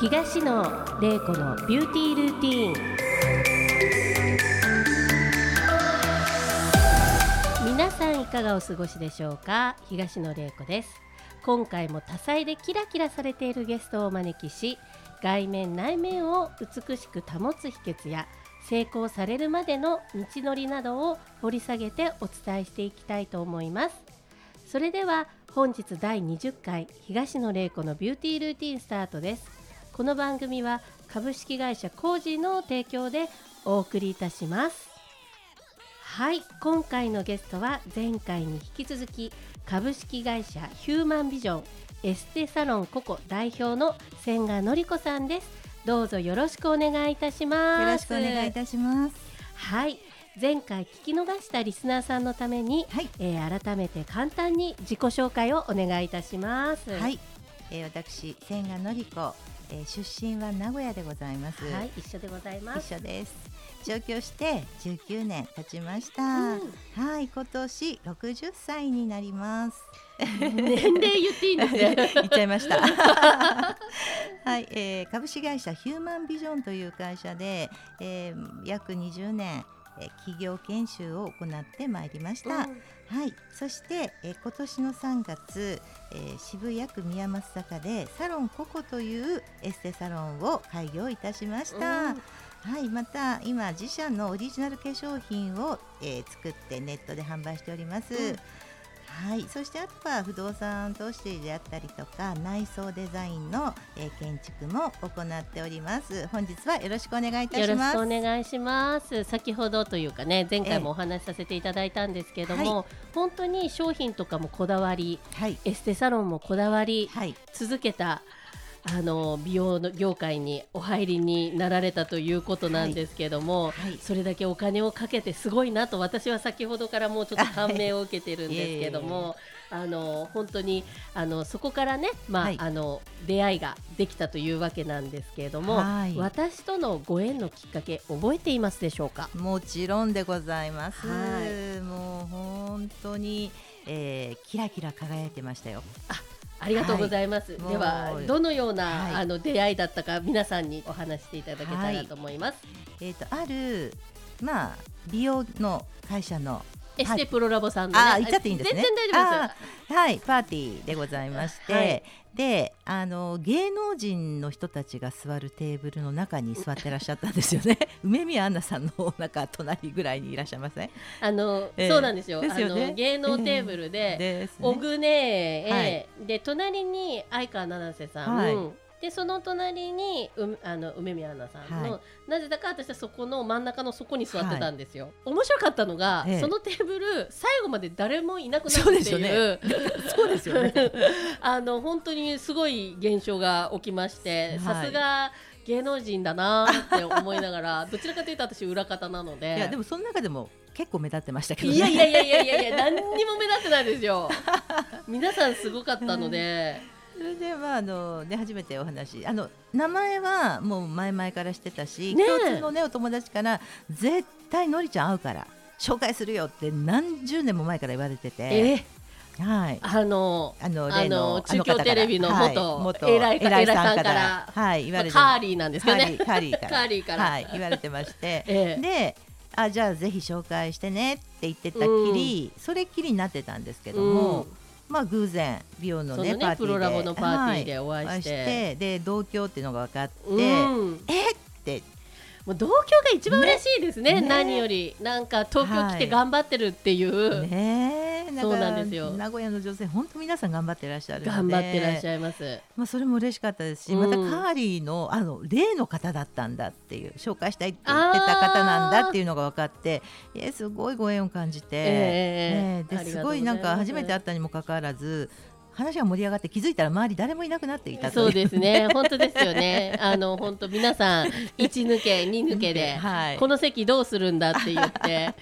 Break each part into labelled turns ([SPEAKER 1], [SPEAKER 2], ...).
[SPEAKER 1] 東野玲子のビューティールーティーン皆さんいかがお過ごしでしょうか東野玲子です今回も多彩でキラキラされているゲストをお招きし外面内面を美しく保つ秘訣や成功されるまでの道のりなどを掘り下げてお伝えしていきたいと思いますそれでは本日第20回東野玲子のビューティールーティンスタートですこの番組は株式会社コージーの提供でお送りいたしますはい今回のゲストは前回に引き続き株式会社ヒューマンビジョンエステサロンココ代表の千賀のり子さんですどうぞよろしくお願いいたします
[SPEAKER 2] よろしくお願いいたします。
[SPEAKER 1] はい前回聞き逃したリスナーさんのために、
[SPEAKER 2] はい
[SPEAKER 1] えー改めて簡単に自己紹介をお願いいたします。
[SPEAKER 2] はい、えー、私千賀のり子、えー、出身は名古屋でございます。
[SPEAKER 1] はい、一緒でございます。
[SPEAKER 2] 一緒です。上京して19年経ちました。
[SPEAKER 1] うん
[SPEAKER 2] はい、今年60歳になり ます。
[SPEAKER 1] 年齢言っていいんです
[SPEAKER 2] 言
[SPEAKER 1] ね。
[SPEAKER 2] っちゃいました。はい、えー、株式会社ヒューマンビジョンという会社で、えー、約20年、えー、企業研修を行ってまいりました。はい、そして、えー今年の3月、えー渋谷区宮益坂でサロンココというエステサロンを開業いたしました、はい、また今自社のオリジナル化粧品を、えー作ってネットで販売しております、
[SPEAKER 1] うん
[SPEAKER 2] はい、そしてあとは不動産投資であったりとか内装デザインの、えー建築も行っております本日はよろしくお願いいた
[SPEAKER 1] よ
[SPEAKER 2] し
[SPEAKER 1] ろし
[SPEAKER 2] ます
[SPEAKER 1] くお願いします。先ほどというかね、前回もお話しさせていただいたんですけども、本当に商品とかもこだわり、
[SPEAKER 2] はい、
[SPEAKER 1] エステサロンもこだわり
[SPEAKER 2] はい、
[SPEAKER 1] 続けた。あの美容の業界にお入りになられたということなんですけども、
[SPEAKER 2] はい
[SPEAKER 1] それだけお金をかけてすごいなと私は先ほどからもうちょっと感銘を受けてるんですけど も、あの本当にあのそこからね、まあ
[SPEAKER 2] はい
[SPEAKER 1] あの出会いができたというわけなんですけれども、
[SPEAKER 2] はい
[SPEAKER 1] 私とのご縁のきっかけ覚えていますでしょうか。
[SPEAKER 2] もちろんでございます。
[SPEAKER 1] は
[SPEAKER 2] もう本当に、えー、キラキラ輝いてましたよ。
[SPEAKER 1] ありがとうございます。
[SPEAKER 2] はい
[SPEAKER 1] では
[SPEAKER 2] もう
[SPEAKER 1] どのような、
[SPEAKER 2] はい
[SPEAKER 1] あの出会いだったか皆さんにお話していただけたらと思います。
[SPEAKER 2] えっ、とあるまあ美容の会社の
[SPEAKER 1] エステプロラボさんの、
[SPEAKER 2] あー言っちゃっていいんですね
[SPEAKER 1] 全然大丈夫です。
[SPEAKER 2] はいパーティーでございまして、
[SPEAKER 1] はい
[SPEAKER 2] であの芸能人の人たちが座るテーブルの中に座ってらっしゃったんです よね。梅宮アンナさんのなんか隣ぐらいにいらっしゃいません。
[SPEAKER 1] あの、
[SPEAKER 2] ええ
[SPEAKER 1] そうなんですよ。
[SPEAKER 2] ですよね
[SPEAKER 1] あの芸能テーブルで、
[SPEAKER 2] ですね
[SPEAKER 1] 小久根、
[SPEAKER 2] は
[SPEAKER 1] えで隣に相川七瀬さん、
[SPEAKER 2] はい
[SPEAKER 1] うんでその隣にうあの梅宮アンナさんの、
[SPEAKER 2] は
[SPEAKER 1] なぜだか私はそこの真ん中のそこに座ってたんですよ、面白かったのが、
[SPEAKER 2] ええ
[SPEAKER 1] そのテーブル最後まで誰もいなくな
[SPEAKER 2] そう
[SPEAKER 1] るって
[SPEAKER 2] で
[SPEAKER 1] い
[SPEAKER 2] す
[SPEAKER 1] う
[SPEAKER 2] よねそうですよね。
[SPEAKER 1] あの本当にすごい現象が起きまして、
[SPEAKER 2] はい
[SPEAKER 1] さすが芸能人だなーって思いなが らどちらかというと私裏方なので
[SPEAKER 2] いやでもその中でも結構目立ってましたけどね。
[SPEAKER 1] いやいやいやいやいやいや何にも目立ってないですよ皆さんすごかったので、
[SPEAKER 2] それでまああのね初めてお話あの名前はもう前々からしてたし、
[SPEAKER 1] ねえ
[SPEAKER 2] 共通のねお友達から絶対のりちゃん会うから紹介するよって何十年も前から言われてて、はい
[SPEAKER 1] あの
[SPEAKER 2] あの
[SPEAKER 1] あ
[SPEAKER 2] 例
[SPEAKER 1] の
[SPEAKER 2] のあの
[SPEAKER 1] 中京テレビの
[SPEAKER 2] 方から
[SPEAKER 1] 元
[SPEAKER 2] はい
[SPEAKER 1] 偉いか
[SPEAKER 2] 偉い
[SPEAKER 1] 偉
[SPEAKER 2] さん
[SPEAKER 1] いさんか
[SPEAKER 2] か
[SPEAKER 1] ら
[SPEAKER 2] らはい言
[SPEAKER 1] ま
[SPEAKER 2] わ
[SPEAKER 1] あ
[SPEAKER 2] れて
[SPEAKER 1] カーリーなんですけどね。
[SPEAKER 2] カーリーカーリーか
[SPEAKER 1] カー
[SPEAKER 2] ら
[SPEAKER 1] リーから、
[SPEAKER 2] はい言われてまして
[SPEAKER 1] ええ
[SPEAKER 2] であじゃあぜひ紹介してねって言ってたきり、それっきりになってたんですけども。
[SPEAKER 1] うん
[SPEAKER 2] まあ偶然美容の
[SPEAKER 1] その
[SPEAKER 2] ね
[SPEAKER 1] ね
[SPEAKER 2] パーティーで
[SPEAKER 1] プロラボのパーティーでお会いして
[SPEAKER 2] はいで同居っていうのが分かって、
[SPEAKER 1] うん、
[SPEAKER 2] えっって
[SPEAKER 1] もう同居が一番嬉しいですね
[SPEAKER 2] ねね
[SPEAKER 1] 何よりなんか東京来
[SPEAKER 2] は
[SPEAKER 1] て
[SPEAKER 2] い
[SPEAKER 1] 頑張ってるっていう、
[SPEAKER 2] ねえか
[SPEAKER 1] そうなんですよ
[SPEAKER 2] 名古屋の女性本当皆さん頑張ってらっしゃるので
[SPEAKER 1] 頑張ってらっし
[SPEAKER 2] ゃる、
[SPEAKER 1] ゃいます。
[SPEAKER 2] まあ、それも嬉しかったですし、
[SPEAKER 1] うん
[SPEAKER 2] またカーリーのあの例の方だったんだっていう紹介したいって言ってた方なんだっていうのが分かってえすごいご縁を感じて、
[SPEAKER 1] え
[SPEAKER 2] ね
[SPEAKER 1] え
[SPEAKER 2] えですごいなんか初めて会
[SPEAKER 1] あ
[SPEAKER 2] ったにもかかわらず話が盛り上がって気づいたら周り誰もいなくなって
[SPEAKER 1] り
[SPEAKER 2] い
[SPEAKER 1] が
[SPEAKER 2] た
[SPEAKER 1] と
[SPEAKER 2] と
[SPEAKER 1] う
[SPEAKER 2] い
[SPEAKER 1] ございますそうですね、本当ですよね。あの本当皆さん一抜け二抜けで、
[SPEAKER 2] はい、
[SPEAKER 1] この席どうするんだって言って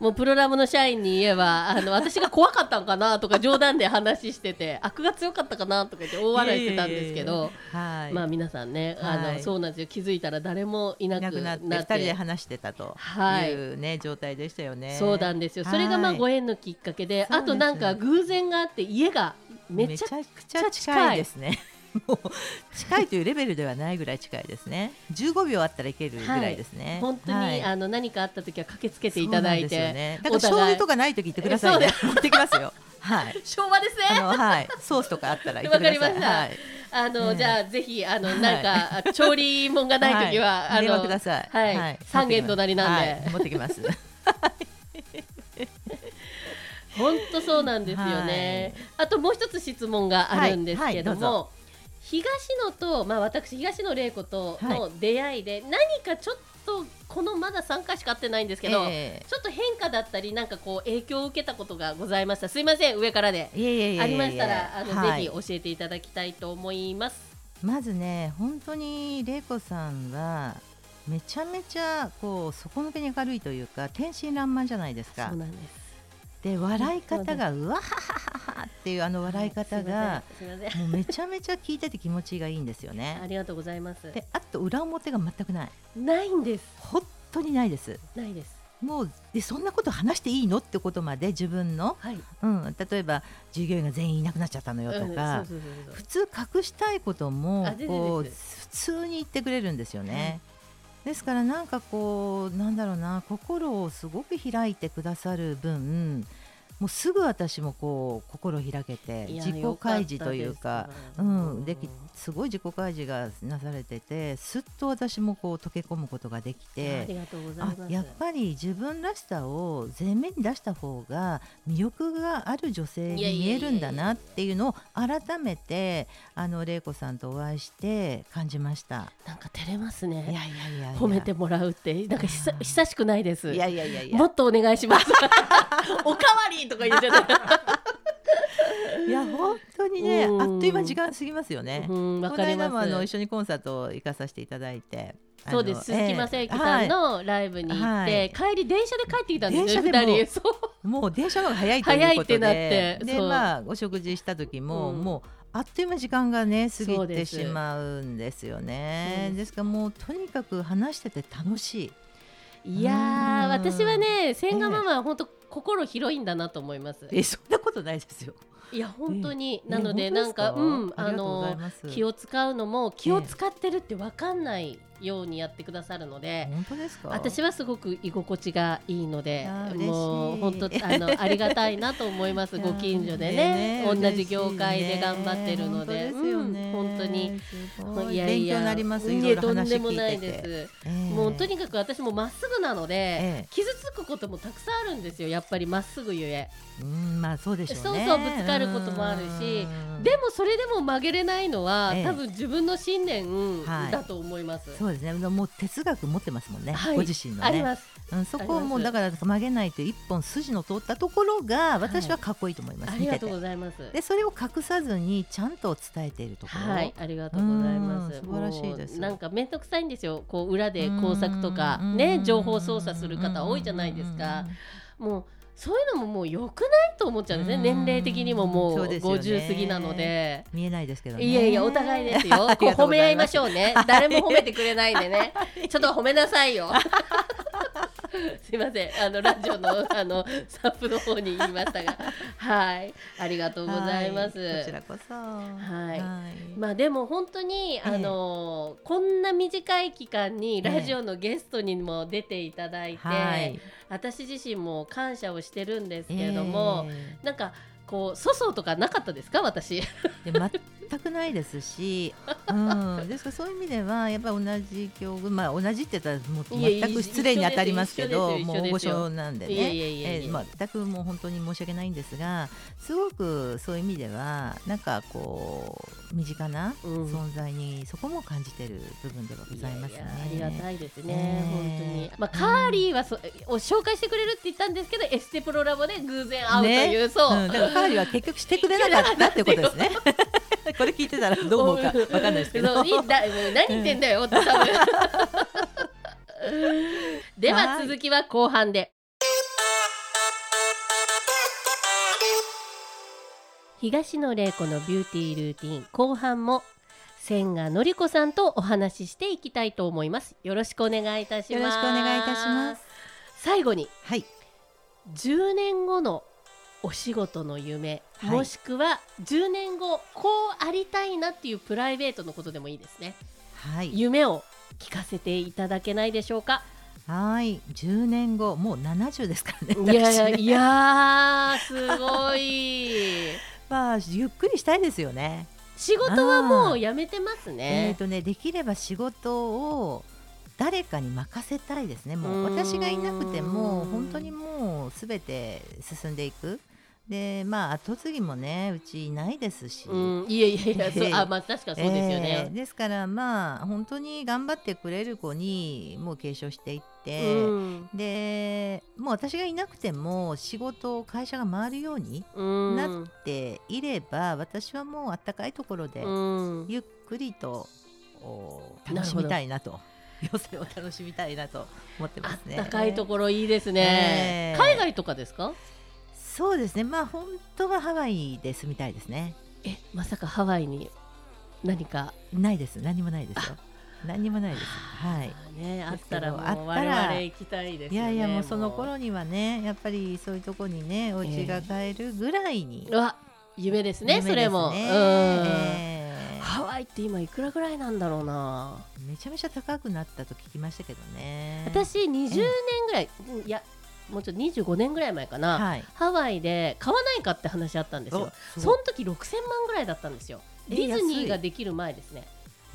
[SPEAKER 1] もうプロラボの社員に言えばあの私が怖かったのかなとか冗談で話してて悪が強かったかなとか言って大笑いしてたんですけ
[SPEAKER 2] いえいえ
[SPEAKER 1] ど。
[SPEAKER 2] はい、
[SPEAKER 1] まあ皆さんね、あの、
[SPEAKER 2] はい
[SPEAKER 1] そうなんですよ気づいたら誰もいない
[SPEAKER 2] な
[SPEAKER 1] く
[SPEAKER 2] く
[SPEAKER 1] なっ
[SPEAKER 2] なってて二人で話してたと
[SPEAKER 1] はい
[SPEAKER 2] いうね、状態でしたよね。
[SPEAKER 1] そうなんですよそれがまあ
[SPEAKER 2] はい
[SPEAKER 1] ご縁のきっかけで
[SPEAKER 2] そう
[SPEAKER 1] あ
[SPEAKER 2] です
[SPEAKER 1] となんか偶然があって家がめ
[SPEAKER 2] め
[SPEAKER 1] ち
[SPEAKER 2] ち
[SPEAKER 1] ゃ
[SPEAKER 2] ゃくちゃ近いですね。もう近いというレベルではないぐらい近いですね。15秒あったらいけるぐらいですね。
[SPEAKER 1] 本当に、
[SPEAKER 2] はい
[SPEAKER 1] あの何かあった時は駆けつけていただい
[SPEAKER 2] そうな
[SPEAKER 1] て、
[SPEAKER 2] んですよね、だから醤油とかない時言ってくださいね
[SPEAKER 1] お。
[SPEAKER 2] 持ってきますよ。はい。
[SPEAKER 1] 昭和ですね。
[SPEAKER 2] あのはい、ソースとかあったら言ってください。
[SPEAKER 1] わかりました
[SPEAKER 2] はい。
[SPEAKER 1] あの、
[SPEAKER 2] ねえ
[SPEAKER 1] じゃあぜひあの
[SPEAKER 2] はい
[SPEAKER 1] なんか、あ調理もんがない時は、
[SPEAKER 2] はい、
[SPEAKER 1] あ
[SPEAKER 2] 電話くだ
[SPEAKER 1] の
[SPEAKER 2] さい。
[SPEAKER 1] はい三軒隣なんで
[SPEAKER 2] はい持ってきます。
[SPEAKER 1] 本当そうなんですよね。あともう一つ質問があるんですけども。
[SPEAKER 2] はいは
[SPEAKER 1] 東野と、まあ、私東野玲子との出会いで、何かちょっとこのまだ3回しか会ってないんです けど、
[SPEAKER 2] え
[SPEAKER 1] ちょっと変化だったりなんかこう影響を受けたことがございましたすいません上からで
[SPEAKER 2] えいえいえいえいえ
[SPEAKER 1] ありましたらあの、
[SPEAKER 2] はい
[SPEAKER 1] ぜひ教えていただきたいと思います。
[SPEAKER 2] まずね本当に玲子さんはめちゃめちゃこう底抜けに明るいというか天真爛漫じゃないですか
[SPEAKER 1] そうなんです
[SPEAKER 2] で笑い方がうわははははっていうあの笑い方が、
[SPEAKER 1] すいませんすいま
[SPEAKER 2] もうめちゃめちゃ聞いてて気持ちがいいんですよ
[SPEAKER 1] せんあ
[SPEAKER 2] ね
[SPEAKER 1] りがとうございます
[SPEAKER 2] であと裏表が全くない
[SPEAKER 1] ないんです
[SPEAKER 2] 本当にないです
[SPEAKER 1] ないです
[SPEAKER 2] もうでそんなこと話していいのってことまで自分の、
[SPEAKER 1] はい
[SPEAKER 2] うん、例えば従業員が全員いなくなっちゃったのよ
[SPEAKER 1] うん
[SPEAKER 2] とか、
[SPEAKER 1] そうそうそうそ
[SPEAKER 2] 普通隠したいことも
[SPEAKER 1] あ全然
[SPEAKER 2] こう
[SPEAKER 1] で
[SPEAKER 2] 普通に言ってくれるんですよね。ですからなんかこうなんだろうな心をすごく開いてくださる分もうすぐ私もこう心開けて
[SPEAKER 1] ういや
[SPEAKER 2] 自己開示というか
[SPEAKER 1] よったです
[SPEAKER 2] うん、できすごい自己開示がなされててすっと私もこう溶け込むことができ
[SPEAKER 1] いやあ
[SPEAKER 2] て
[SPEAKER 1] りがとうござい
[SPEAKER 2] あ
[SPEAKER 1] ます
[SPEAKER 2] やっぱり自分らしさを前面に出した方が魅力がある女性に
[SPEAKER 1] いやいやい
[SPEAKER 2] 見
[SPEAKER 1] やいや
[SPEAKER 2] えるんだなっていうのを改めてあの玲子さんとお会いして感じました。
[SPEAKER 1] なんか照れます
[SPEAKER 2] いやい
[SPEAKER 1] ね
[SPEAKER 2] やいやいや
[SPEAKER 1] 褒めてもらうってなんか久
[SPEAKER 2] あー
[SPEAKER 1] 久しくないです
[SPEAKER 2] いやいやいやいや
[SPEAKER 1] もっとお願いします おかわりとか言っちゃって
[SPEAKER 2] いや本当にねあ
[SPEAKER 1] うん
[SPEAKER 2] っという間時間過ぎますよね。
[SPEAKER 1] うんわ
[SPEAKER 2] この
[SPEAKER 1] かりま
[SPEAKER 2] 間
[SPEAKER 1] す
[SPEAKER 2] もあの一緒にコンサートを行かさせていただいてあの
[SPEAKER 1] そうです鈴木雅
[SPEAKER 2] ええ
[SPEAKER 1] 之さんのライブに行って、
[SPEAKER 2] はい
[SPEAKER 1] 帰り電車で帰ってきたんですよ
[SPEAKER 2] 電車でも
[SPEAKER 1] 二人そう
[SPEAKER 2] もう電車の方が早いということで
[SPEAKER 1] 早いってなって
[SPEAKER 2] で
[SPEAKER 1] そう
[SPEAKER 2] まあお食事した時も、
[SPEAKER 1] うん
[SPEAKER 2] もうあっという間時間がね
[SPEAKER 1] そ
[SPEAKER 2] 過
[SPEAKER 1] う
[SPEAKER 2] ぎ
[SPEAKER 1] で
[SPEAKER 2] て
[SPEAKER 1] す
[SPEAKER 2] しまうんですよね
[SPEAKER 1] そう
[SPEAKER 2] ですからもうとにかく話してて楽しい
[SPEAKER 1] いやー
[SPEAKER 2] うん
[SPEAKER 1] 私はね千賀ママは本当心広いんだなと思います、
[SPEAKER 2] えそんなことないですよ
[SPEAKER 1] いや本当に、な
[SPEAKER 2] ね
[SPEAKER 1] のでなんかうん
[SPEAKER 2] 本当
[SPEAKER 1] あ
[SPEAKER 2] ですかありがとうござい
[SPEAKER 1] の
[SPEAKER 2] ます
[SPEAKER 1] 気を使うのも気を使ってるって分かんないようにやってくださるので、
[SPEAKER 2] 本当ですか
[SPEAKER 1] 私はすごく居心地がいいので
[SPEAKER 2] あー
[SPEAKER 1] もう
[SPEAKER 2] 嬉
[SPEAKER 1] 本
[SPEAKER 2] しい
[SPEAKER 1] 当あのありがたいなと思い ますご近所で
[SPEAKER 2] い
[SPEAKER 1] ね
[SPEAKER 2] やー
[SPEAKER 1] 同
[SPEAKER 2] 嬉
[SPEAKER 1] じ
[SPEAKER 2] しいね
[SPEAKER 1] 業界で頑張ってるので
[SPEAKER 2] 本当ですよね、
[SPEAKER 1] うん本当に。
[SPEAKER 2] すごい
[SPEAKER 1] いやいや
[SPEAKER 2] 勉強になりますい
[SPEAKER 1] い
[SPEAKER 2] ろい
[SPEAKER 1] や
[SPEAKER 2] ろ
[SPEAKER 1] とん
[SPEAKER 2] 話
[SPEAKER 1] でもない
[SPEAKER 2] 聞いてて
[SPEAKER 1] です。
[SPEAKER 2] ええ
[SPEAKER 1] もうとにかく私もまっすぐなので、
[SPEAKER 2] ええ
[SPEAKER 1] 傷つくこともたくさんあるんですよやっぱりまっすぐゆえ
[SPEAKER 2] うんまあそうでしょうね
[SPEAKER 1] そうそうぶつかることもあるし
[SPEAKER 2] うん
[SPEAKER 1] でもそれでも曲げれないのは、
[SPEAKER 2] ええ
[SPEAKER 1] 多分自分の信念
[SPEAKER 2] はい
[SPEAKER 1] だと思います、
[SPEAKER 2] そうですね。もう哲学持ってますもんね。
[SPEAKER 1] はい
[SPEAKER 2] ご自身のね。
[SPEAKER 1] あります
[SPEAKER 2] うん、そこを
[SPEAKER 1] あ
[SPEAKER 2] もう
[SPEAKER 1] りま
[SPEAKER 2] だ
[SPEAKER 1] す
[SPEAKER 2] から曲げないという一本筋の通ったところが私はかっこいいと思いま
[SPEAKER 1] あ
[SPEAKER 2] す。見
[SPEAKER 1] り
[SPEAKER 2] て
[SPEAKER 1] が
[SPEAKER 2] て
[SPEAKER 1] とうございます
[SPEAKER 2] でそれを隠さずにちゃんと伝えているところ。
[SPEAKER 1] はいありがとうございます
[SPEAKER 2] うん素晴らしいです
[SPEAKER 1] もうなんか面倒くさいんですよこう裏で工作とか
[SPEAKER 2] うん
[SPEAKER 1] ね情報操作する方多いじゃないですか。もうそういうのももう良くないと思っちゃうんですね
[SPEAKER 2] うん
[SPEAKER 1] 年齢的にももう
[SPEAKER 2] そうですよね
[SPEAKER 1] 50過ぎなので。
[SPEAKER 2] 見えないですけどね。
[SPEAKER 1] いやいや、お互いですよ。こ
[SPEAKER 2] あり
[SPEAKER 1] う
[SPEAKER 2] がと
[SPEAKER 1] 褒
[SPEAKER 2] うご
[SPEAKER 1] め合
[SPEAKER 2] ざ
[SPEAKER 1] い
[SPEAKER 2] い
[SPEAKER 1] ま
[SPEAKER 2] ま
[SPEAKER 1] し
[SPEAKER 2] す
[SPEAKER 1] ょうね。誰も褒めてくれないんでね。ちょっと褒めなさいよ。すいません。あの、ラジオの、あの、サップの方に言いましたが。はい。ありがとうございます。
[SPEAKER 2] はこちらこそ。はいい
[SPEAKER 1] まあでも本当に、あのこんな短い期間にラジオのゲストにも出ていただいて、
[SPEAKER 2] はい。
[SPEAKER 1] 私自身も感謝をしてるんですけれども、
[SPEAKER 2] え
[SPEAKER 1] なんかこう粗相とかなかったですか私
[SPEAKER 2] えで全くないですし、うん、ですからそういう意味ではやっぱり同じ境遇、まあ同じって言ったらもう
[SPEAKER 1] いえいえ
[SPEAKER 2] 全く失礼に当たりますけど、
[SPEAKER 1] 一緒ですよ
[SPEAKER 2] もう大御所なんでね。
[SPEAKER 1] いやいやいやいや
[SPEAKER 2] えーまあ、全くもう本当に申し訳ないんですがすごくそういう意味ではなんかこう身近な
[SPEAKER 1] うん
[SPEAKER 2] 存在にそこも感じてる部分ではございますね。
[SPEAKER 1] いやいやありがたいですね、
[SPEAKER 2] ね
[SPEAKER 1] 本当に。まあ、カーリーはそ、を紹介してくれるって言ったんですけど、エステプロラボで偶然会うという、そう、
[SPEAKER 2] うん、だから彼は結局してくれなかったってことですね。 これ聞いてたらどう思うかわかんないですけど。
[SPEAKER 1] そういいだ何言ってんだよ、って 多分では、
[SPEAKER 2] はい
[SPEAKER 1] 続きは後半で。東野玲子のビューティールーティン後半も千賀のりこさんとお話ししていきたいと思います。よろしくお願いいたします。
[SPEAKER 2] よろしくお願いいたします。
[SPEAKER 1] 最後に
[SPEAKER 2] はい。
[SPEAKER 1] 10年後のお仕事の夢、
[SPEAKER 2] はい
[SPEAKER 1] もしくは10年後こうありたいなっていうプライベートのことでもいいですね
[SPEAKER 2] はい、
[SPEAKER 1] 夢を聞かせていただけないでしょうか
[SPEAKER 2] はい、10年後もう70ですからね。
[SPEAKER 1] いやい
[SPEAKER 2] 私
[SPEAKER 1] や
[SPEAKER 2] ね
[SPEAKER 1] いやー すごい
[SPEAKER 2] まあゆっくりしたいですよね。
[SPEAKER 1] 仕事はもうやめてます
[SPEAKER 2] えっ、
[SPEAKER 1] ね、
[SPEAKER 2] とねできれば仕事を誰かに任せたいですね。もう
[SPEAKER 1] うーん
[SPEAKER 2] 私がいなくても本当にもうすべて進んでいく。でまあ後継ぎもねうちいないですし。
[SPEAKER 1] うん、いやいやいや、そう
[SPEAKER 2] ええ
[SPEAKER 1] あまあ確かにそうですよ
[SPEAKER 2] え
[SPEAKER 1] ね
[SPEAKER 2] ー、ですからまあ本当に頑張ってくれる子にもう継承していって、
[SPEAKER 1] うん
[SPEAKER 2] でもう私がいなくても仕事を会社が回るように
[SPEAKER 1] うん
[SPEAKER 2] なっていれば私はもうあったかいところで
[SPEAKER 1] うん
[SPEAKER 2] ゆっくりと、お
[SPEAKER 1] な
[SPEAKER 2] 楽
[SPEAKER 1] る
[SPEAKER 2] し
[SPEAKER 1] ほど
[SPEAKER 2] みたいなと 余生を楽しみたいなと思って
[SPEAKER 1] あ
[SPEAKER 2] ま
[SPEAKER 1] っ
[SPEAKER 2] すね。
[SPEAKER 1] たかいところいいですね、
[SPEAKER 2] ええ
[SPEAKER 1] 海外とかですか
[SPEAKER 2] そうですねまあ本当はハワイで住みたいですね。
[SPEAKER 1] えまさかハワイに何か
[SPEAKER 2] ないです何もないですよ。何もないです。はい
[SPEAKER 1] あーねあったらもう
[SPEAKER 2] ですけどあった
[SPEAKER 1] 我
[SPEAKER 2] ら
[SPEAKER 1] 々行きたいです
[SPEAKER 2] い
[SPEAKER 1] よね
[SPEAKER 2] やいやもうその頃にはねやっぱりそういうとこにねお家が買えるぐらいに、
[SPEAKER 1] うわ夢ですね
[SPEAKER 2] 夢です
[SPEAKER 1] それも、うん
[SPEAKER 2] ええ
[SPEAKER 1] ハワイって今いくらぐらいなんだろうな、
[SPEAKER 2] めちゃめちゃ高くなったと聞きましたけどね
[SPEAKER 1] 私20年ぐらい、うんいやもうちょっと25年ぐらい前かな、
[SPEAKER 2] はい
[SPEAKER 1] ハワイで買わないかって話あったんですよ
[SPEAKER 2] お
[SPEAKER 1] その時6000万ぐらいだったんですよ
[SPEAKER 2] え
[SPEAKER 1] ディズニ
[SPEAKER 2] 安
[SPEAKER 1] ー
[SPEAKER 2] い
[SPEAKER 1] ができる前ですね
[SPEAKER 2] へ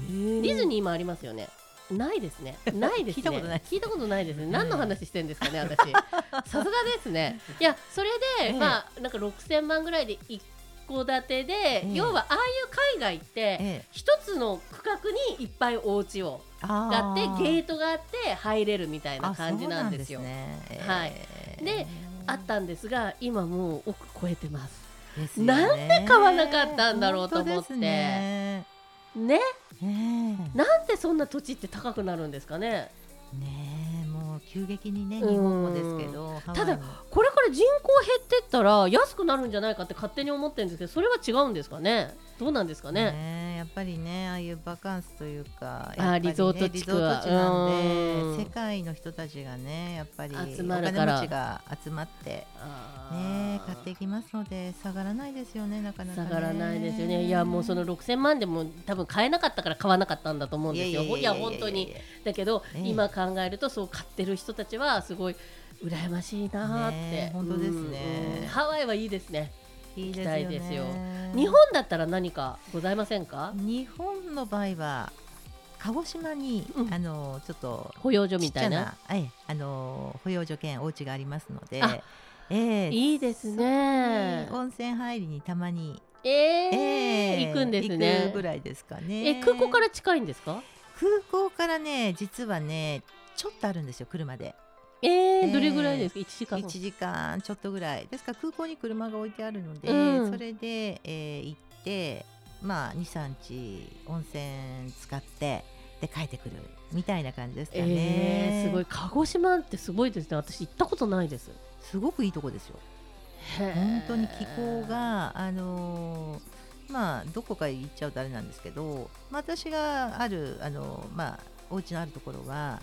[SPEAKER 2] え
[SPEAKER 1] ディズニーもありますよね。ないです ね。ないですね。
[SPEAKER 2] 聞いたことない
[SPEAKER 1] 聞いたことないですね。
[SPEAKER 2] うん
[SPEAKER 1] 何の話してんですかね、 私。さすがですね。いや、それで、
[SPEAKER 2] ええ
[SPEAKER 1] まあ、なんか六千万ぐらいで一戸建てで、
[SPEAKER 2] え
[SPEAKER 1] 要はああいう海外って。
[SPEAKER 2] ええ
[SPEAKER 1] 一つの区画にいっぱいお家を
[SPEAKER 2] あー
[SPEAKER 1] があってゲートがあって入れるみたいな感じなんですよ
[SPEAKER 2] あ
[SPEAKER 1] あ
[SPEAKER 2] そうなんですね
[SPEAKER 1] はい
[SPEAKER 2] ええ
[SPEAKER 1] でったんですが今もう億超えてます
[SPEAKER 2] ですよね
[SPEAKER 1] なんで買わなかったんだろうと思って
[SPEAKER 2] 本当ですね
[SPEAKER 1] ね
[SPEAKER 2] ええ
[SPEAKER 1] なんでそんな土地って高くなるんですかね
[SPEAKER 2] ねえもう急激にね日
[SPEAKER 1] うん
[SPEAKER 2] 本もですけど
[SPEAKER 1] ただ
[SPEAKER 2] ハワイも
[SPEAKER 1] これから人口減ってったら安くなるんじゃないかって勝手に思ってるんですけどそれは違うんですかねどうなんですかね
[SPEAKER 2] えやっぱりねああいうバカンスという
[SPEAKER 1] あー
[SPEAKER 2] かやっぱりね
[SPEAKER 1] リゾート地区
[SPEAKER 2] リゾ
[SPEAKER 1] は
[SPEAKER 2] ート地なん
[SPEAKER 1] うん
[SPEAKER 2] で世界の人たちがねやっぱり
[SPEAKER 1] 集まるから
[SPEAKER 2] お金持ちが集まって
[SPEAKER 1] あ
[SPEAKER 2] ね
[SPEAKER 1] ー
[SPEAKER 2] 買っていきますので下がらないですよねなかな
[SPEAKER 1] 下
[SPEAKER 2] か、ね、
[SPEAKER 1] がらないですよねいやもうその6000万でも多分買えなかったから買わなかったんだと思うんですよいや本当にだけど、
[SPEAKER 2] ええ
[SPEAKER 1] 今考えるとそう買ってる人たちはすごい羨ましいなーって、
[SPEAKER 2] ねえ本当ですね
[SPEAKER 1] うんうんハワイはいいですね
[SPEAKER 2] 行
[SPEAKER 1] きたいですよ日本だったら何かございませんか
[SPEAKER 2] 日本の場合は鹿児島に、
[SPEAKER 1] うん
[SPEAKER 2] あのちょっと
[SPEAKER 1] 保養所
[SPEAKER 2] ち
[SPEAKER 1] み
[SPEAKER 2] っち
[SPEAKER 1] たい
[SPEAKER 2] ゃ
[SPEAKER 1] な
[SPEAKER 2] なええあの保養所兼お家がありますので
[SPEAKER 1] あ
[SPEAKER 2] ええ
[SPEAKER 1] いいですね
[SPEAKER 2] 温泉入りにたまに、
[SPEAKER 1] え
[SPEAKER 2] え
[SPEAKER 1] え
[SPEAKER 2] え
[SPEAKER 1] 行くんですね
[SPEAKER 2] 行くぐらいですかね
[SPEAKER 1] え空港からら近いんですか？
[SPEAKER 2] 空港からね実はねちょっとあるんですよ車で
[SPEAKER 1] えー、
[SPEAKER 2] え
[SPEAKER 1] どれぐらいですか？一時間
[SPEAKER 2] 1。時間ちょっとぐらいですから空港に車が置いてあるので、
[SPEAKER 1] うん
[SPEAKER 2] それで、えー行ってまあ23日温泉使ってで帰ってくるみたいな感じですかね
[SPEAKER 1] えー、、すごい鹿児島ってすごいですね。私行ったことないです。
[SPEAKER 2] すごくいいとこですよ本当に気候が、あのーまあ、どこか行っちゃうとあれなんですけど、まあ、私がある、あのーまあ、お家のあるところは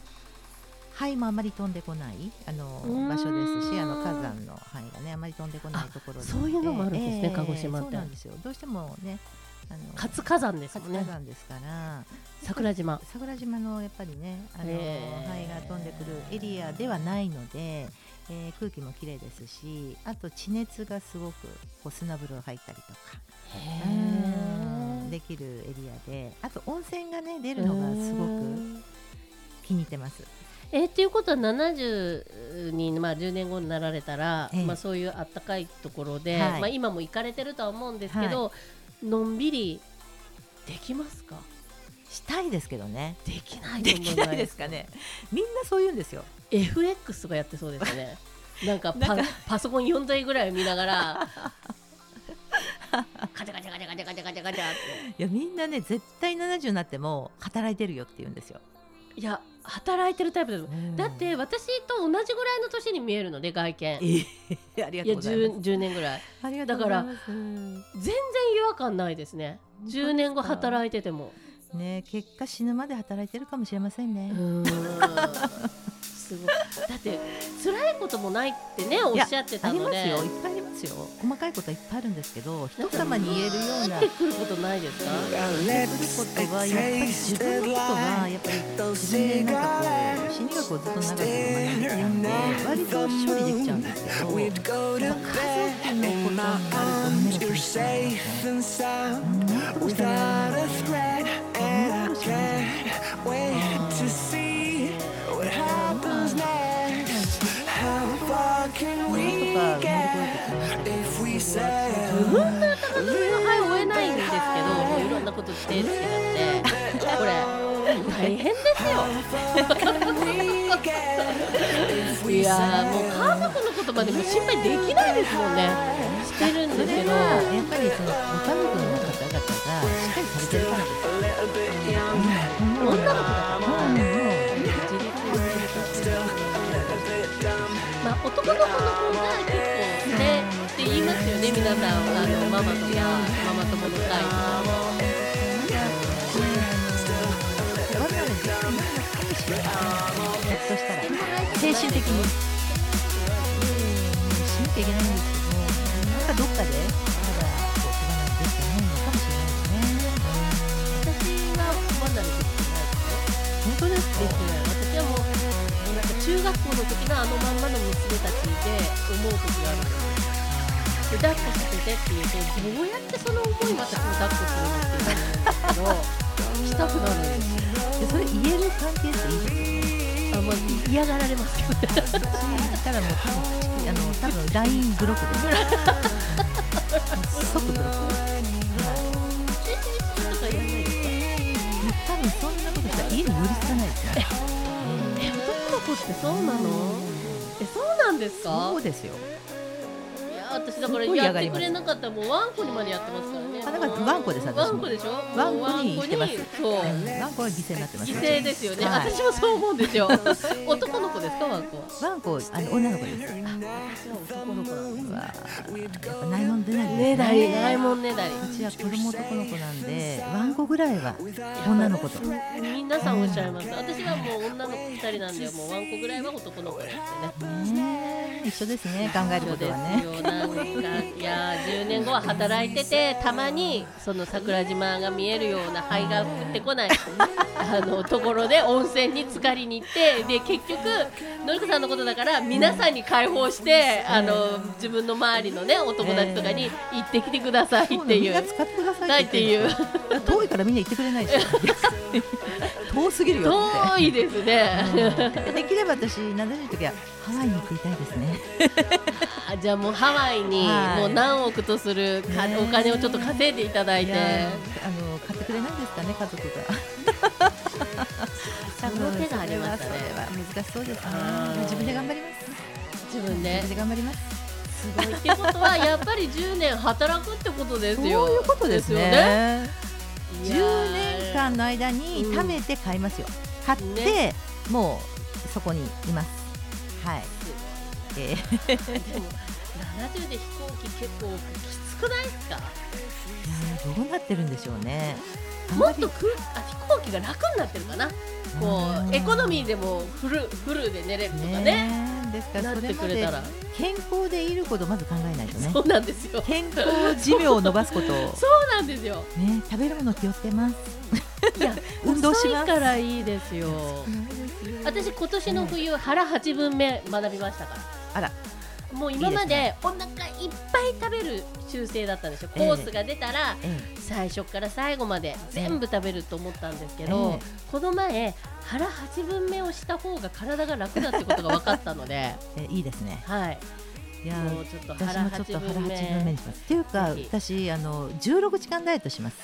[SPEAKER 2] 灰もあまり飛んでこない、あのー
[SPEAKER 1] うーん
[SPEAKER 2] 場所ですしあの火山の灰が、ね、あまり飛んでこないところなので
[SPEAKER 1] そういうのもあるんですね鹿児島って
[SPEAKER 2] そうなんですよどうしてもねあの
[SPEAKER 1] 活火山ですも
[SPEAKER 2] 活
[SPEAKER 1] ん
[SPEAKER 2] 火
[SPEAKER 1] ね。
[SPEAKER 2] 山ですから
[SPEAKER 1] 桜島。
[SPEAKER 2] 桜島のやっぱりね、あの
[SPEAKER 1] えー
[SPEAKER 2] 灰が飛んでくるエリアではないので、えー空気も綺麗ですしあと地熱がすごくこう砂風呂入ったりとかうんできるエリアであと温泉がね出るのがすごく気に入ってます。
[SPEAKER 1] えー、っていうことは70に、まあ、10年後になられたら、
[SPEAKER 2] ええ
[SPEAKER 1] まあ、そういうあったかいところで、
[SPEAKER 2] はい
[SPEAKER 1] まあ、今も行かれてるとは思うんですけど、のんびりできますか
[SPEAKER 2] したいですけどね
[SPEAKER 1] できないと
[SPEAKER 2] で
[SPEAKER 1] 思
[SPEAKER 2] き
[SPEAKER 1] う
[SPEAKER 2] ないですかねみんなそう言うんですよ。
[SPEAKER 1] FX とかやってそうですよ ね。なんかパ
[SPEAKER 2] なん
[SPEAKER 1] パソコン4台ぐらい見なが らカチャカチャカチャカチャカチャカチャカチャっ
[SPEAKER 2] いやみんなね絶対70になっても働いてるよって言うんですよ。
[SPEAKER 1] ていや働いてるタイプだと思うだって私と同じぐらいの年に見えるので外見い
[SPEAKER 2] えー ありがと
[SPEAKER 1] や
[SPEAKER 2] うございま
[SPEAKER 1] 10,
[SPEAKER 2] す
[SPEAKER 1] 10年ぐらい
[SPEAKER 2] ありがとうございます。
[SPEAKER 1] 全然違和感ないですね10年後働いてても
[SPEAKER 2] ね結果死ぬまで働いてるかもしれませんね
[SPEAKER 1] う。ーんすごいだって辛いこともないってねおっしゃってたので
[SPEAKER 2] ありますよ。いっぱいありますますよ細かいことはいっぱいあるんですけど人様に言えるような
[SPEAKER 1] 出てくることないですか
[SPEAKER 2] ことはやっぱり自分のことはやっぱり自分でなんかこう心理学をずっと長く学んできたんで割と処理できちゃうんですけどやっぱ家族のことになると胸が苦しくなりますね。もう少しだなもう少しだな
[SPEAKER 3] to see what happens next. How far can
[SPEAKER 2] なんとか乗り
[SPEAKER 3] we
[SPEAKER 2] 越
[SPEAKER 3] get
[SPEAKER 2] えていくんですけど
[SPEAKER 3] if we sail?
[SPEAKER 1] 自分の高さの範囲を追えないんですけどもういろんなことしてってなってこれ大変ですよ
[SPEAKER 3] How can we get if
[SPEAKER 1] い
[SPEAKER 3] we
[SPEAKER 1] や
[SPEAKER 3] sail?
[SPEAKER 1] もう家族のことまでもう心配できないですもんねしてるん
[SPEAKER 2] そ
[SPEAKER 1] ですけ
[SPEAKER 2] れ
[SPEAKER 1] ど
[SPEAKER 2] はやっぱりそのご家族の方々がしっかりされてるからです
[SPEAKER 3] A
[SPEAKER 1] 女
[SPEAKER 3] little bit young,
[SPEAKER 1] の子だから
[SPEAKER 2] もうもう
[SPEAKER 1] 自立してる
[SPEAKER 3] still a little bit dumb.
[SPEAKER 1] まあ男の子の方が結構ねって言いますよね皆さんあのママとかママ友の会とか
[SPEAKER 2] 我々自身もかもしれないひょっとしたら精神的にしなきゃいけないんですけどなんかどっかでまだこう手放れできてないのかもしれないです
[SPEAKER 1] 私
[SPEAKER 2] ね
[SPEAKER 1] は離れてきてないですよ
[SPEAKER 2] 本当です
[SPEAKER 1] です私はもうなんか中学校の時のあのまんまの娘たちで思う時があるんですよで抱っこさせてって言うとどうやってその思い私も抱っこするのって言うんですけどしたくなるんですよ
[SPEAKER 2] でそれ言える関係っていいですよね
[SPEAKER 1] あまあ嫌がられますけどね
[SPEAKER 2] たらもう多分口あの多分 LINE ブロック
[SPEAKER 1] チンチンチンとか言わないですか
[SPEAKER 2] です即ブロックはい多分そんなことしたら家に寄りつかないですね
[SPEAKER 1] え男の子ってそうなのえそうなんですか
[SPEAKER 2] そうですよ
[SPEAKER 1] いや私だか
[SPEAKER 2] す
[SPEAKER 1] ら
[SPEAKER 2] っごい
[SPEAKER 1] や
[SPEAKER 2] 嫌
[SPEAKER 1] っ
[SPEAKER 2] が
[SPEAKER 1] て
[SPEAKER 2] り
[SPEAKER 1] く
[SPEAKER 2] ます
[SPEAKER 1] れなかったらもうワンコにまでやってますからね
[SPEAKER 2] あだからワンコです私も
[SPEAKER 1] ワンコでしょ
[SPEAKER 2] ワンコに
[SPEAKER 1] もう
[SPEAKER 2] 生きてます
[SPEAKER 1] そう
[SPEAKER 2] ワンコは犠牲になってます
[SPEAKER 1] 犠牲ですよね、
[SPEAKER 2] はい
[SPEAKER 1] 私もそう思うんですよ男の子ですかワンコ
[SPEAKER 2] ワンコあの女の子で
[SPEAKER 1] 私
[SPEAKER 2] す
[SPEAKER 1] は男の子なんです
[SPEAKER 2] はやっぱないもん出ないです
[SPEAKER 1] ねだりな
[SPEAKER 2] ね
[SPEAKER 1] いもんねだり
[SPEAKER 2] うちは子供男の子なんでワンコぐらいは女の子とね
[SPEAKER 1] 皆さんおっしゃいます私はもう女の子二人なんでもうワンコぐらいは男の子ですよね
[SPEAKER 2] 一緒ですね考える
[SPEAKER 1] そう
[SPEAKER 2] こと
[SPEAKER 1] です
[SPEAKER 2] はね
[SPEAKER 1] よなんかいやー10年後は働いててたまにその桜島が見えるような灰が降ってこないあのところで温泉に浸かりに行ってで結局のりこさんのことだから皆さんに解放してあの自分の周りのねお友達とかに行ってきてくださいって
[SPEAKER 2] そうなの
[SPEAKER 1] い
[SPEAKER 2] みんな
[SPEAKER 1] う。
[SPEAKER 2] 使ってくださ
[SPEAKER 1] ないいっていう
[SPEAKER 2] 言ってるんですよ遠いからみんな行ってくれないでしょ遠すぎるよっ
[SPEAKER 1] 遠いですね。
[SPEAKER 2] てでできれば私何でしい時はハワイに行っていたい ですね
[SPEAKER 1] あじゃあもうハワイに
[SPEAKER 2] はい
[SPEAKER 1] もう何億とするか
[SPEAKER 2] ね
[SPEAKER 1] お金をちょっと稼いでいただい
[SPEAKER 2] い
[SPEAKER 1] て
[SPEAKER 2] や。ー あの買ってくれないんですかね家族が 多分
[SPEAKER 1] その手がありましたね
[SPEAKER 2] それは難しそうですね
[SPEAKER 1] あー
[SPEAKER 2] 自分で頑張ります
[SPEAKER 1] 自分で
[SPEAKER 2] 自分で頑張ります
[SPEAKER 1] すごいってことはやっぱり10年働くってことですよ。
[SPEAKER 2] そういうことです
[SPEAKER 1] よ
[SPEAKER 2] ね。
[SPEAKER 1] い
[SPEAKER 2] 10
[SPEAKER 1] やー
[SPEAKER 2] 年間の間に
[SPEAKER 1] うん
[SPEAKER 2] 貯めて買いますよ。買って、
[SPEAKER 1] ね
[SPEAKER 2] もうそこにいます。はい。えー
[SPEAKER 1] でも70で飛行機結構きつくないですか？
[SPEAKER 2] いやーどうなってるんでしょうね。
[SPEAKER 1] もっとくあ飛行機が楽になってるかな。こうエコノミーでもフルフルで寝れるとかね。
[SPEAKER 2] えですから
[SPEAKER 1] なっ
[SPEAKER 2] それ
[SPEAKER 1] て
[SPEAKER 2] ま
[SPEAKER 1] くれ
[SPEAKER 2] で
[SPEAKER 1] たら、
[SPEAKER 2] 健康でいることをまず考えないとね
[SPEAKER 1] そ。うなんですよ。
[SPEAKER 2] 健康寿命を伸ばすこと を
[SPEAKER 1] そうなんですよ。
[SPEAKER 2] ね食べるもの気をつけます。
[SPEAKER 1] いや
[SPEAKER 2] 運動しま
[SPEAKER 1] 遅
[SPEAKER 2] す
[SPEAKER 1] いからいいですよ。私今年の冬腹八分目学びましたから。
[SPEAKER 2] あら
[SPEAKER 1] もう今ま
[SPEAKER 2] いい
[SPEAKER 1] でお腹いっぱい食べる習性だったんですよ。コースが出たら。
[SPEAKER 2] え
[SPEAKER 1] 最初から最後まで全部食べると思ったんですけ
[SPEAKER 2] え
[SPEAKER 1] ど
[SPEAKER 2] え、
[SPEAKER 1] この前腹8分目をした方が体が楽だってことが分かったの で、
[SPEAKER 2] ーえーいいですね。
[SPEAKER 1] はい、
[SPEAKER 2] いやー
[SPEAKER 1] もうちょっと
[SPEAKER 2] 私
[SPEAKER 1] 腹
[SPEAKER 2] もちょっと
[SPEAKER 1] 8
[SPEAKER 2] 腹
[SPEAKER 1] 分
[SPEAKER 2] 八分目
[SPEAKER 1] 目
[SPEAKER 2] にします。っていうか
[SPEAKER 1] ぜひ
[SPEAKER 2] 私あの16時間ダイエットします。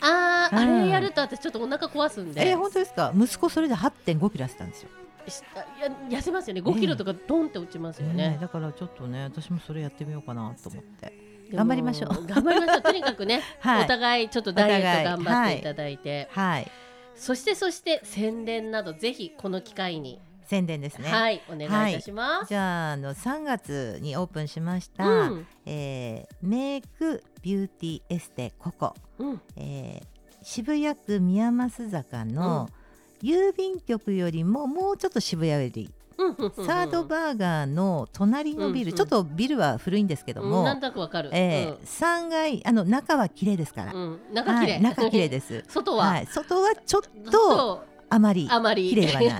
[SPEAKER 1] あーあ
[SPEAKER 2] うん
[SPEAKER 1] れやると私ちょっとお腹壊すんで、
[SPEAKER 2] えー本当ですか息子それで8.5キロ痩せたんですよ、
[SPEAKER 1] しいや痩せますよね5キロとかドンって落ちますよ
[SPEAKER 2] ね
[SPEAKER 1] ね、
[SPEAKER 2] だからちょっとね私もそれやってみようかなと思って
[SPEAKER 1] でも
[SPEAKER 2] 頑張りましょう
[SPEAKER 1] 頑張りましょうとにかくね、
[SPEAKER 2] はい
[SPEAKER 1] お互いちょっとダイエット頑
[SPEAKER 2] お互
[SPEAKER 1] 張って
[SPEAKER 2] い
[SPEAKER 1] いただいて、
[SPEAKER 2] はい
[SPEAKER 1] そしてそして宣伝などぜひこの機会に、
[SPEAKER 2] 宣伝ですね、
[SPEAKER 1] はいお願いいたします、
[SPEAKER 2] じゃああの3月にオープンしました、
[SPEAKER 1] うん
[SPEAKER 2] えーメイクビューティーエステココ、
[SPEAKER 1] うん
[SPEAKER 2] えー渋谷区宮益坂の郵便局よりももうちょっと渋谷よりサードバーガーの隣のビル、
[SPEAKER 1] うんうん
[SPEAKER 2] ちょっとビルは古いんですけども、
[SPEAKER 1] うんなんとなくわかる。
[SPEAKER 2] えー3階あの中は綺麗ですから、
[SPEAKER 1] うんうん中綺
[SPEAKER 2] は
[SPEAKER 1] 麗。
[SPEAKER 2] い、中綺麗です。
[SPEAKER 1] 外は、
[SPEAKER 2] はい、外はちょっと
[SPEAKER 1] と
[SPEAKER 2] あまり
[SPEAKER 1] あまり
[SPEAKER 2] 綺麗はない、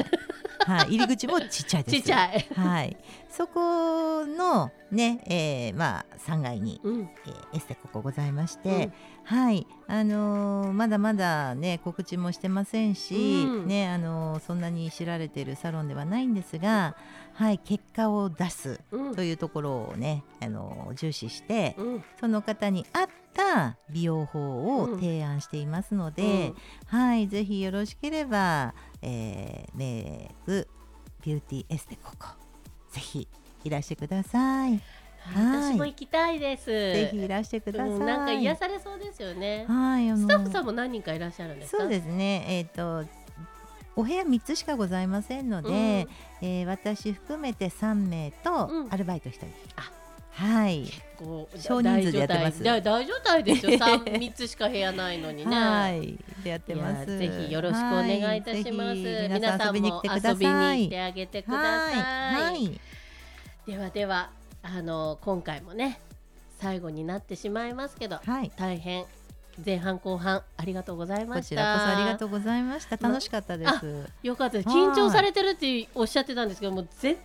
[SPEAKER 2] はい、入り口もちっちゃいで す
[SPEAKER 1] ちっちゃい。
[SPEAKER 2] はい、そこのね、えーまあ、3階に、
[SPEAKER 1] うん
[SPEAKER 2] えーエステここございまして、はいあのーまだまだね告知もしてませんし、
[SPEAKER 1] うん
[SPEAKER 2] ねあのーそんなに知られているサロンではないんですが、はい、結果を出す
[SPEAKER 1] うん
[SPEAKER 2] というところをね、あのー重視して、
[SPEAKER 1] うん
[SPEAKER 2] その方に合った美容法を提案していますので、
[SPEAKER 1] うん
[SPEAKER 2] はい、ぜひよろしければ、えー、メイクビューティーエステここぜひいらしてください。はい
[SPEAKER 1] 私も行きたいです。
[SPEAKER 2] ぜひいらしてください。
[SPEAKER 1] うんなんか癒されそうですよね。
[SPEAKER 2] はい、あの
[SPEAKER 1] スタッフさんも何人かいらっしゃるんですか。
[SPEAKER 2] そうですね。えっ、とお部屋三つしかございませんので、
[SPEAKER 1] うん
[SPEAKER 2] えー私含めて三名と、
[SPEAKER 1] うん
[SPEAKER 2] アルバイト一人。
[SPEAKER 1] あ
[SPEAKER 2] はい。
[SPEAKER 1] こう
[SPEAKER 2] 少人数でやってます
[SPEAKER 1] 大大状態でしょ。三 三つしか部屋ないのにね。
[SPEAKER 2] はい、でやってます。
[SPEAKER 1] いやぜひよろしくお願いいたします。
[SPEAKER 2] はいぜひ
[SPEAKER 1] 皆
[SPEAKER 2] 皆
[SPEAKER 1] さ
[SPEAKER 2] さ
[SPEAKER 1] んも
[SPEAKER 2] ん遊びに来てくだ
[SPEAKER 1] 遊びに
[SPEAKER 2] さ
[SPEAKER 1] 行っ
[SPEAKER 2] い。
[SPEAKER 1] てあげてください。
[SPEAKER 2] はい、はい、
[SPEAKER 1] ではではあの今回もね最後になってしまいますけど
[SPEAKER 2] はい。
[SPEAKER 1] 大変前半後半ありがとうございま
[SPEAKER 2] こ
[SPEAKER 1] した。
[SPEAKER 2] ちらこそありがとうございました。楽しかったです。
[SPEAKER 1] よかったです
[SPEAKER 2] はい
[SPEAKER 1] 緊張されてるっておっしゃってたんですけどもう全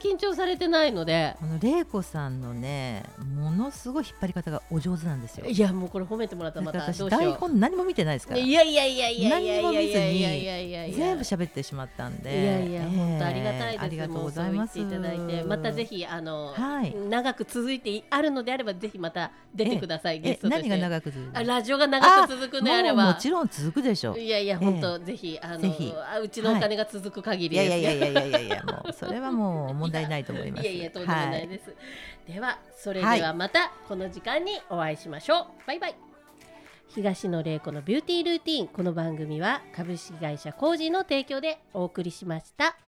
[SPEAKER 1] 然緊張されてないので
[SPEAKER 2] あの玲子さんのね、ものすごい引っ張り方がお上手なんですよ。
[SPEAKER 1] いやもうこれ褒めてもらったらま
[SPEAKER 2] だから
[SPEAKER 1] た
[SPEAKER 2] 私
[SPEAKER 1] どうし
[SPEAKER 2] 台
[SPEAKER 1] よ
[SPEAKER 2] 本何も見てないです
[SPEAKER 1] う
[SPEAKER 2] から
[SPEAKER 1] い。やいやいやいやいやい
[SPEAKER 2] 何も
[SPEAKER 1] や
[SPEAKER 2] 見
[SPEAKER 1] い
[SPEAKER 2] ず
[SPEAKER 1] や
[SPEAKER 2] に
[SPEAKER 1] いやいやいやいや
[SPEAKER 2] 全部喋ってしまったんで。
[SPEAKER 1] いやいや
[SPEAKER 2] ええ
[SPEAKER 1] 本当ありがたいです、
[SPEAKER 2] ありがとうございます。
[SPEAKER 1] もうそう言っていただいてまたぜ。ひあの、
[SPEAKER 2] はい
[SPEAKER 1] 長く続いてあるのであればぜひまた出てください、ゲ
[SPEAKER 2] え
[SPEAKER 1] ス、トとして
[SPEAKER 2] 何が長く続く
[SPEAKER 1] あ
[SPEAKER 2] の。
[SPEAKER 1] ラジオが長く続くのであれ
[SPEAKER 2] もうも
[SPEAKER 1] ば
[SPEAKER 2] ちろん続くでしょう。
[SPEAKER 1] いやいや本当、ぜひあの
[SPEAKER 2] ぜひ
[SPEAKER 1] あうちのお金が続く限
[SPEAKER 2] い
[SPEAKER 1] り
[SPEAKER 2] や
[SPEAKER 1] で
[SPEAKER 2] い
[SPEAKER 1] す
[SPEAKER 2] やいやいやいやいやいや、もうそれはもう問題ないと思います。
[SPEAKER 1] いやいやとんでもない
[SPEAKER 2] は
[SPEAKER 1] です、ではそれではまたこの時間にお会いしましょう、バイバイ東野玲子のビューティールーティーンこの番組は株式会社コージーの提供でお送りしました